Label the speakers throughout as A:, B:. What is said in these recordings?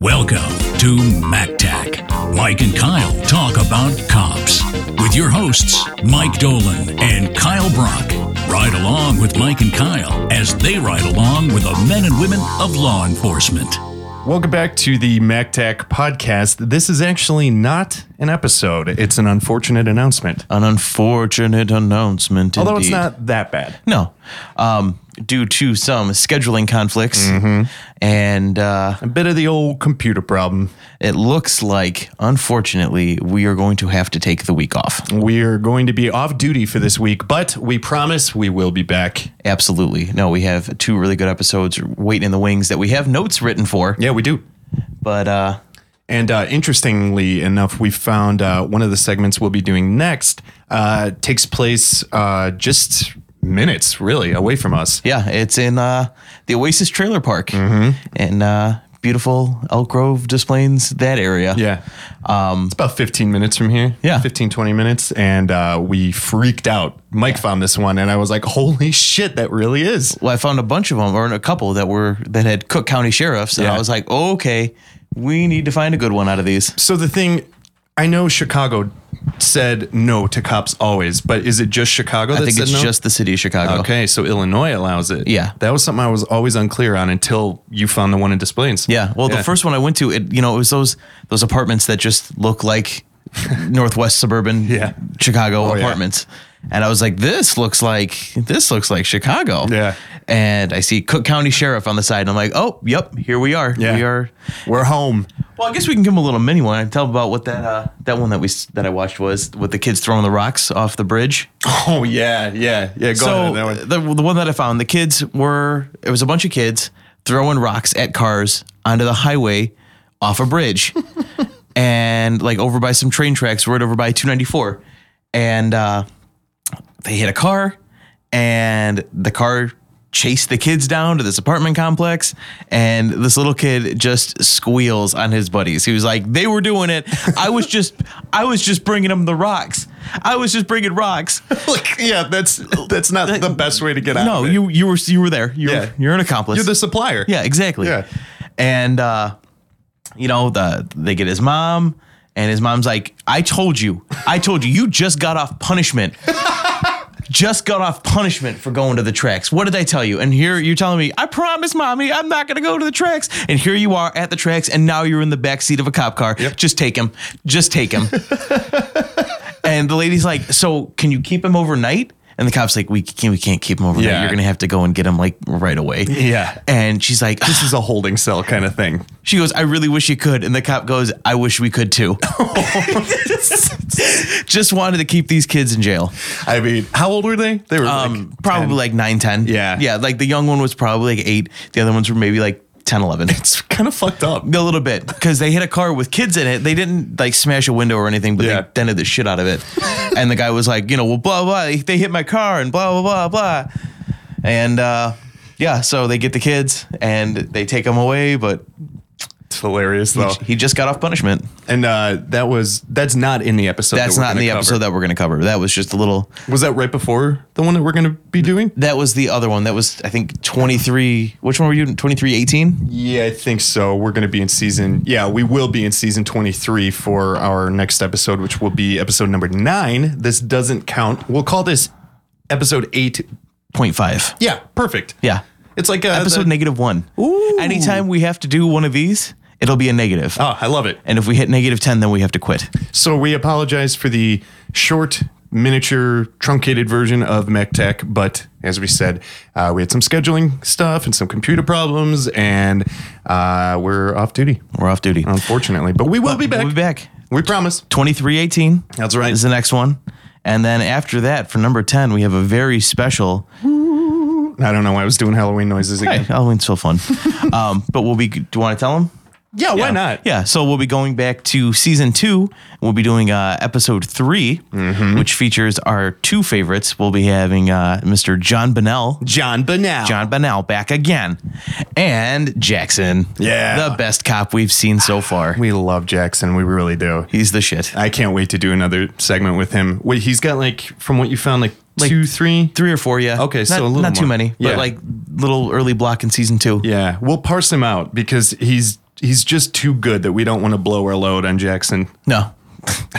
A: Welcome to MacTac. Mike and Kyle talk about cops with your hosts, Mike Dolan and Kyle Brock. Ride along with Mike and Kyle as they ride along with the men and women of law enforcement.
B: Welcome back to the MacTac podcast. This is actually not an episode. It's an unfortunate announcement.
C: An unfortunate announcement.
B: Although it's
C: indeed.
B: not that bad.
C: No. Um, due to some scheduling conflicts.
B: Mm-hmm.
C: And uh,
B: A bit of the old computer problem.
C: it looks like, unfortunately, we are going to have to take the week off.
B: We are going to be off duty for this week, but we promise we will be back.
C: Absolutely. No, we have two really good episodes waiting in the wings that we have notes written for.
B: Yeah, we do.
C: But uh,
B: And uh, interestingly enough, we found uh, one of the segments we'll be doing next uh, takes place uh, just minutes, really, away from us.
C: yeah, it's in uh, the Oasis Trailer Park. Mm-hmm. And uh, beautiful Elk Grove displays that area.
B: Yeah. it's about 15 minutes from here.
C: Um, Yeah.
B: 15, 20 minutes. And uh, we freaked out. Mike found this one and I was like, holy shit, that really is.
C: well, I found a bunch of them or a couple that were that had Cook County sheriffs, and
B: Yeah.
C: I was like, oh, okay, we need to find a good one out of these.
B: So the thing, I know Chicago said no to cops always, but is it just Chicago that
C: I think
B: said
C: it's
B: no?
C: just the city of Chicago.
B: Okay, so Illinois allows it.
C: Yeah.
B: That was something I was always unclear on until you found the one in Displays.
C: Yeah. Well, the first one I went to, it you know, it was those those apartments that just look like northwest suburban
B: Yeah. Oh,
C: Chicago
B: yeah.
C: apartments. And I was like, this looks like this looks like Chicago.
B: Yeah.
C: And I see Cook County Sheriff on the side, and I'm like, oh, yep, here we are.
B: Yeah.
C: We are
B: We're home.
C: Well, I guess we can give them a little mini one and tell them about what that uh, that one that we s- that I watched was with the kids throwing the rocks off the bridge.
B: Oh, yeah, yeah, yeah. Go ahead.
C: so
B: That one.
C: the the one that I found, the kids were it was a bunch of kids throwing rocks at cars onto the highway off a bridge, and like over by some train tracks, right over by 294, and uh, they hit a car, and the car chased the kids down to this apartment complex and this little kid just squeals on his buddies he was like they were doing it i was just i was just bringing them the rocks i was just bringing rocks
B: Look, yeah, that's that's not the best way to get out.
C: no,
B: of it.
C: you you were you were there. You're
B: Yeah.
C: you're an accomplice.
B: You're the supplier.
C: yeah, exactly.
B: Yeah.
C: And uh, you know, the they get his mom, and his mom's like, I told you, I told you, you just got off punishment. Just got off punishment for going to the tracks. What did I tell you? And here you're telling me, I promise, mommy, I'm not gonna go to the tracks. And here you are at the tracks, and now you're in the back seat of a cop car. Just take him. Just take him. And the lady's like, "So can you keep him overnight?" And the cop's like, "We can't. We can't keep him overnight.
B: Yeah.
C: You're gonna have to go and get him like right away."
B: Yeah.
C: And she's like,
B: This is a holding cell kind of thing.
C: "She goes, I really wish you could." And the cop goes, "I wish we could too." Just wanted to keep these kids in jail.
B: I mean, how old were they? They were
C: Um,
B: like
C: probably like nine, ten.
B: Yeah.
C: Yeah. Like the young one was probably like eight. The other ones were maybe like 10, 11.
B: it's kind of fucked up.
C: A little bit because they hit a car with kids in it. They didn't like smash a window or anything, but
B: Yeah.
C: they dented the shit out of it. and the guy was like, you know, well, blah, blah, they hit my car and blah, blah, blah, blah. And uh, yeah, so they get the kids and they take them away, but
B: It's hilarious though.
C: he just got off punishment.
B: And uh, that was that's not in the episode.
C: That's
B: that we're
C: not in the
B: gonna cover.
C: episode that we're going to cover. That was just a little,
B: was that right before the one that we're going to be doing.
C: that was the other one. That was, I think, 23. Which one were you? 2318?
B: Yeah, I think so. We're going to be in season. Yeah, we will be in season twenty three for our next episode, which will be episode number nine. This doesn't count. We'll call this episode eight.
C: 0.5.
B: Yeah, perfect.
C: Yeah.
B: It's like uh,
C: Episode
B: the-
C: negative one.
B: Ooh.
C: Anytime we have to do one of these, it'll be a negative.
B: Oh, I love it.
C: And if we hit negative 10, then we have to quit.
B: So we apologize for the short, miniature, truncated version of MechTech, but as we said, uh, we had some scheduling stuff and some computer problems, and uh, we're off duty,
C: We're off duty.
B: unfortunately. But we will be back.
C: We'll be back.
B: We promise.
C: 2318.
B: That's right.
C: Is the next one. And then after that, for number 10, we have a very special.
B: I don't know why I was doing Halloween noises again.
C: Halloween's so fun. um, but we'll be. Do you want to tell them?
B: Yeah, why not?
C: Yeah. So we'll be going back to season two. We'll be doing uh, episode 3
B: Mm-hmm.
C: which features our two favorites. We'll be having uh, Mr. John Bennell.
B: John Banal.
C: John Bennell back again. And Jackson.
B: Yeah.
C: The best cop we've seen so far.
B: We love Jackson. We really do.
C: He's the shit.
B: I can't wait to do another segment with him. Wait, he's got like, from what you found, like, two, three.
C: Three or four, yeah.
B: Okay,
C: not,
B: so a little
C: not too
B: more.
C: many,
B: Yeah.
C: but like little early block in season two.
B: Yeah, we'll parse him out because he's he's just too good that we don't want to blow our load on Jackson.
C: No.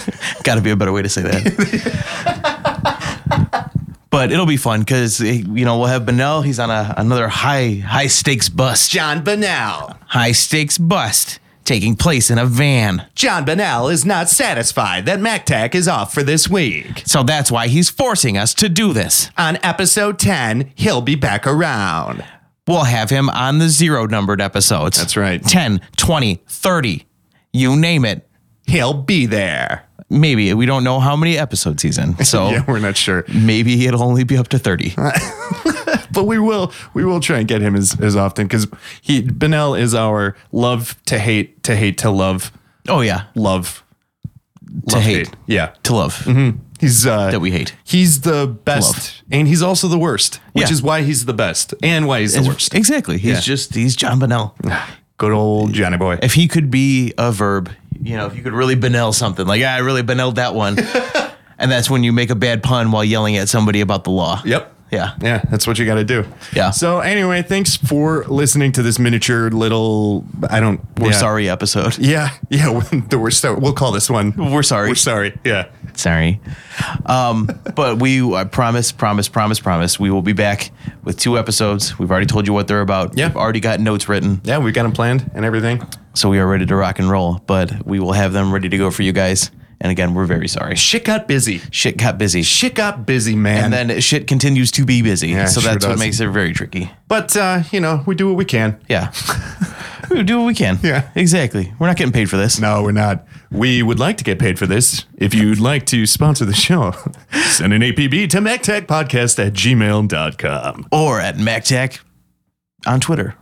C: Got to be a better way to say that. but it'll be fun because you know we'll have Benell. He's on a, another high high stakes bust.
B: John Bernal.
C: High stakes bust taking place in a van.
B: John Bernal is not satisfied that MacTac is off for this week.
C: So that's why he's forcing us to do this.
B: On episode 10, he'll be back around.
C: We'll have him on the zero numbered episodes.
B: That's right.
C: 10, 20, 30. You name it.
B: He'll be there.
C: Maybe we don't know how many episodes he's in. So
B: Yeah, we're Uh, not sure.
C: maybe it'll only be up to 30.
B: But we will we will try and get him as, as often because he Benel is our love to hate to hate to love
C: Oh yeah.
B: love
C: To
B: love,
C: hate.
B: Yeah.
C: To love.
B: He's uh
C: That we hate.
B: He's the best. And he's also the worst. Which
C: Yeah.
B: is why he's the best. And why he's the worst.
C: Exactly. He's
B: Yeah.
C: just he's John Bonnell.
B: Good old Johnny boy.
C: If he could be a verb, you know, if you could really Bonnell something, like "Yeah, I really Bonnelled that one, and that's when you make a bad pun while yelling at somebody about the law.
B: Yep.
C: Yeah.
B: Yeah, that's what you got to do.
C: Yeah.
B: So anyway, thanks for listening to this miniature little. I don't.
C: We're
B: yeah.
C: sorry episode.
B: Yeah, yeah. The we're so. We'll call this one.
C: We're sorry.
B: We're sorry. Yeah.
C: Sorry. Um, but we, I promise, promise, promise, promise, we will be back with two episodes. We've already told you what they're about.
B: Yeah.
C: We've already got notes written,
B: Yeah, we got them planned and everything.
C: so we are ready to rock and roll. But we will have them ready to go for you guys. And again, we're very sorry.
B: Shit got busy.
C: Shit got busy.
B: Shit got busy, man.
C: and then shit continues to be busy.
B: it
C: so
B: sure
C: that's what
B: does.
C: makes it very tricky.
B: but uh, you know, we do what we can.
C: Yeah. we do what we can.
B: Yeah.
C: Exactly. We're not getting paid for this.
B: No, we're not. We would like to get paid for this. If you'd like to sponsor the show, send an APB to E MacTechPodcast at gmail.com.
C: Or at MacTech on Twitter.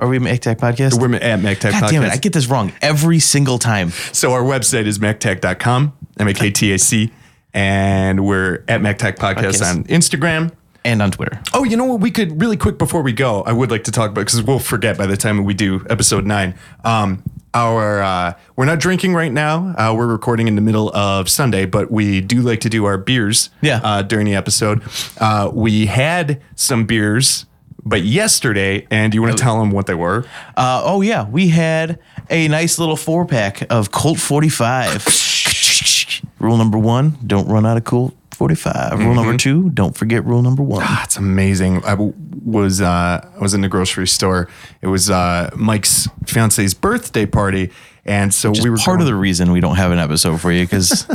C: Are we MacTech Podcast?
B: We're at MacTech
C: God
B: Podcast.
C: damn it. I get this wrong every single time.
B: So our website is E mactech.com, M-A-K-T-A-C, and we're at E MacTech Podcast
C: Podcast.
B: on Instagram.
C: And on Twitter.
B: Oh, you know what? We could really quick before we go, I would like to talk about because we'll forget by the time we do episode nine. Um, our uh, we're not drinking right now. Uh, we're recording in the middle of Sunday, but we do like to do our beers.
C: Yeah.
B: Uh, during the episode, uh, we had some beers, but yesterday, and you
C: Oh.
B: want to tell them what they were?
C: Uh, oh, yeah. We had a nice little four pack of Colt 45. rule number one don't run out of Colt 45. Rule
B: Mm-hmm.
C: number two don't forget rule number one.
B: That's Ah, amazing. I w- was uh, I was in the grocery store. It was uh, Mike's fiance's birthday party, and so we were
C: Part of the reason we don't have an episode for you because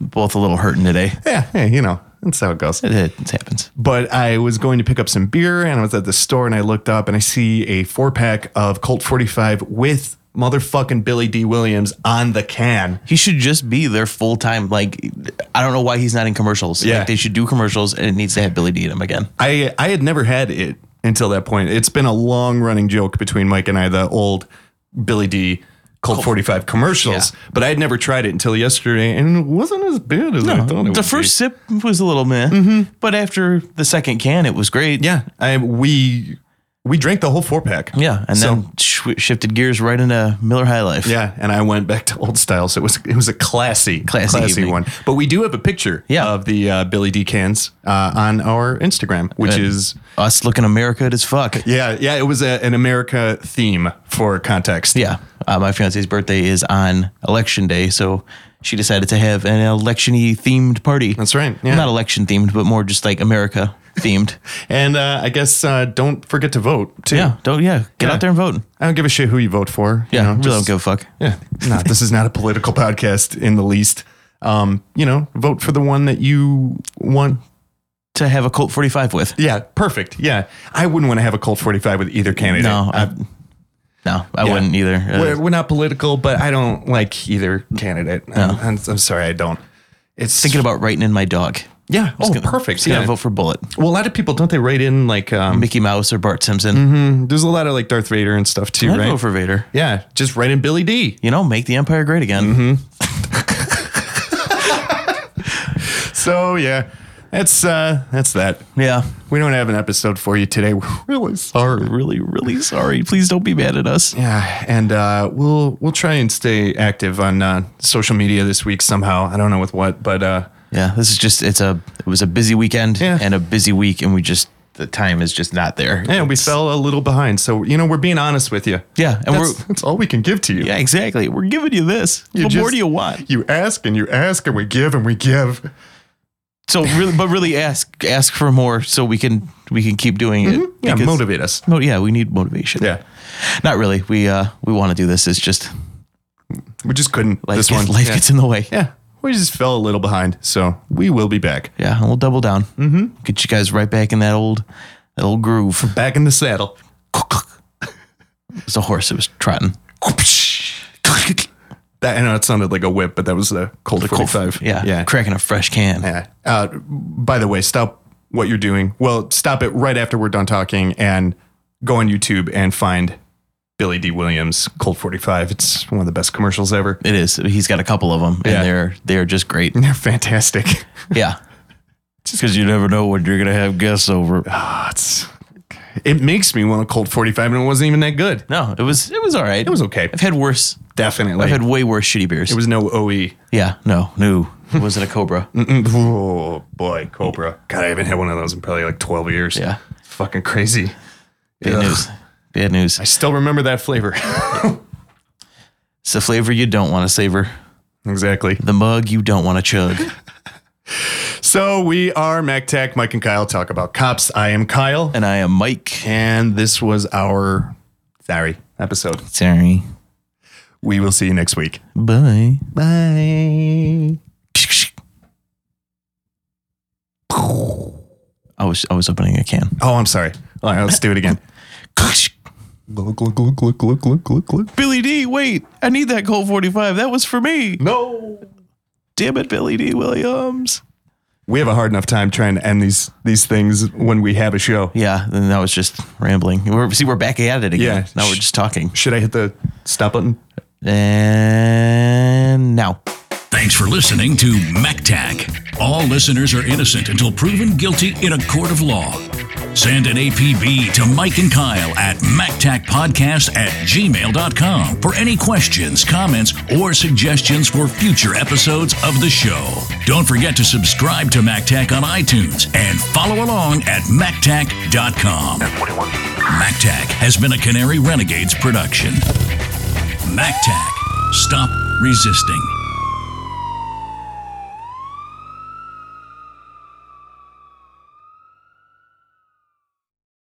C: both a little hurting today.
B: the yeah, hey, you know that's how it goes.
C: It, it happens.
B: But I was going to pick up some beer, and I was at the store, and I looked up, and I see a four pack of Colt Forty Five with motherfucking Billy D Williams on the can.
C: He should just be there full time. Like, I don't know why he's not in commercials.
B: Yeah.
C: Like, they should do commercials and it needs to have Billy D in them again.
B: I I had never had it until that point. It's been a long running joke between Mike and I, the old Billy D. Colt 45 commercials,
C: Yeah.
B: but I had never tried it until yesterday and it wasn't as bad as I thought it would
C: The
B: be.
C: first sip was a little meh, but after the second can, it was great.
B: Yeah, I we we drank the whole four pack.
C: Yeah. And
B: So-
C: then sh- shifted gears right into Miller High Life.
B: Yeah, and I went back to old style, so it was it was a classy,
C: Classy evening.
B: one. But we do have a picture
C: Yeah.
B: of the uh, Billy D cans uh, on our Instagram, which
C: Good.
B: is
C: Us looking America as fuck.
B: yeah, yeah. It was a, an America theme for context.
C: Yeah. Uh, my fiance's birthday is on election day. So she decided to have an election y themed party.
B: that's right. Yeah,
C: Not election themed, but more just like America themed.
B: and uh, I guess uh, don't forget to vote too.
C: yeah. Don't, yeah. Get
B: Yeah.
C: out there and vote.
B: I don't give a shit who you vote for.
C: Yeah.
B: you know,
C: really
B: just-
C: don't give a fuck.
B: Yeah, no, this is not a political podcast in the least. Um, you know, vote for the one that you want
C: to have a Colt 45 with.
B: Yeah, perfect. Yeah, I wouldn't want to have a Colt 45 with either candidate.
C: No, I,
B: Uh,
C: no, I
B: yeah.
C: wouldn't either. Uh,
B: we're, we're not political, but I don't like either candidate. I'm, I'm, I'm sorry, I don't. It's
C: thinking about writing in my dog.
B: yeah. Oh,
C: Gonna-
B: perfect.
C: Just gonna
B: Yeah.
C: vote for Bullet,
B: Well, a lot of people don't they write in like um,
C: Mickey Mouse, or Bart Simpson.
B: there's a lot of like Darth Vader and stuff too,
C: I'd
B: Mm-hmm. right?
C: Mm-hmm. vote for Vader.
B: yeah, just write in Billy D.
C: You know, make the Empire great again.
B: So yeah, that's uh, that's that.
C: Yeah,
B: We don't have an episode for you today. We're really sorry.
C: really, really sorry. Please don't be mad at us.
B: Yeah, and uh, we'll we'll try and stay active on uh, social media this week somehow. I don't know with what, but uh,
C: Yeah, this is just it's a it was a busy weekend
B: Yeah.
C: and a busy week, and we just the time is just not there.
B: And we fell a little behind. So, you know, we're being honest with you.
C: Yeah, and
B: That's,
C: we're
B: that's all we can give to you.
C: yeah, exactly. We're giving you this.
B: You
C: what more
B: just-
C: do you want?
B: You ask and you ask and we give and we give.
C: So really, but really ask ask for more so we can we can keep doing it.
B: Mm-hmm. Yeah,
C: because-
B: motivate us.
C: mo- yeah, we need motivation.
B: Yeah.
C: not really. We uh we want to do this. It's just
B: We just couldn't
C: life,
B: this
C: gets,
B: one.
C: life
B: yeah.
C: gets in the way.
B: yeah. We just fell a little behind. So we will be back.
C: Yeah, and we'll double down. Mm-hmm. Get you guys right back in that old that old groove.
B: Back in the saddle.
C: It's a horse. It was trotting.
B: That I know it sounded like a whip, but that was the Colt 45.
C: Yeah,
B: Yeah.
C: cracking a fresh can.
B: Yeah. Uh, by the way, stop what you're doing. Well, stop it right after we're done talking and go on YouTube and find Billy D. Williams, Colt 45. It's one of the best commercials ever.
C: It is. He's got a couple of them,
B: Yeah.
C: and they're they're just great.
B: They're fantastic.
C: Yeah,
D: Because you never know when you're going to have guests over.
B: Ah, it's- it makes me want a Colt 45, and it wasn't even that good.
C: no, it was it was all right.
B: It was okay.
C: I've had worse.
B: Definitely.
C: I've had way worse shitty beers.
B: it was no E. OE.
C: yeah, no, no, it wasn't a Cobra.
B: Mm, Oh, boy, Cobra. God, I haven't had one of those in probably like 12 years.
C: Yeah.
B: It's fucking crazy.
C: Bad
B: Ugh.
C: news. Bad news.
B: I still remember that flavor.
C: It's the flavor you don't want to savor.
B: exactly.
C: The mug you don't want to chug.
B: So we are Mac Tech. Mike and Kyle talk about cops. I am Kyle,
C: And I am Mike.
B: and this was our sorry episode.
C: Sorry.
B: We will see you next week.
C: Bye.
B: Bye.
C: I was I was opening a can.
B: Oh, I'm sorry. All right, let's do it again. Look, look, look, look, look, look, look, look.
C: Billy D, wait. I need that Colt 45. That was for me.
B: No.
C: Damn it, Billy D Williams.
B: We have a hard enough time trying to end these these things when we have a show.
C: Yeah, and that was just rambling. We're, see, we're back at it again.
B: Yeah.
C: Now we're just talking.
B: Should I hit the stop button?
C: And now.
A: Thanks for listening to MacTac. All listeners are innocent until proven guilty in a court of law. Send an APB to Mike and Kyle at MacTacPodcast at gmail.com for any questions, comments, or suggestions for future episodes of the show. Don't forget to subscribe to MacTac on iTunes and follow along at MacTac.com. MacTac has been a Canary Renegades production. MacTac. Stop resisting.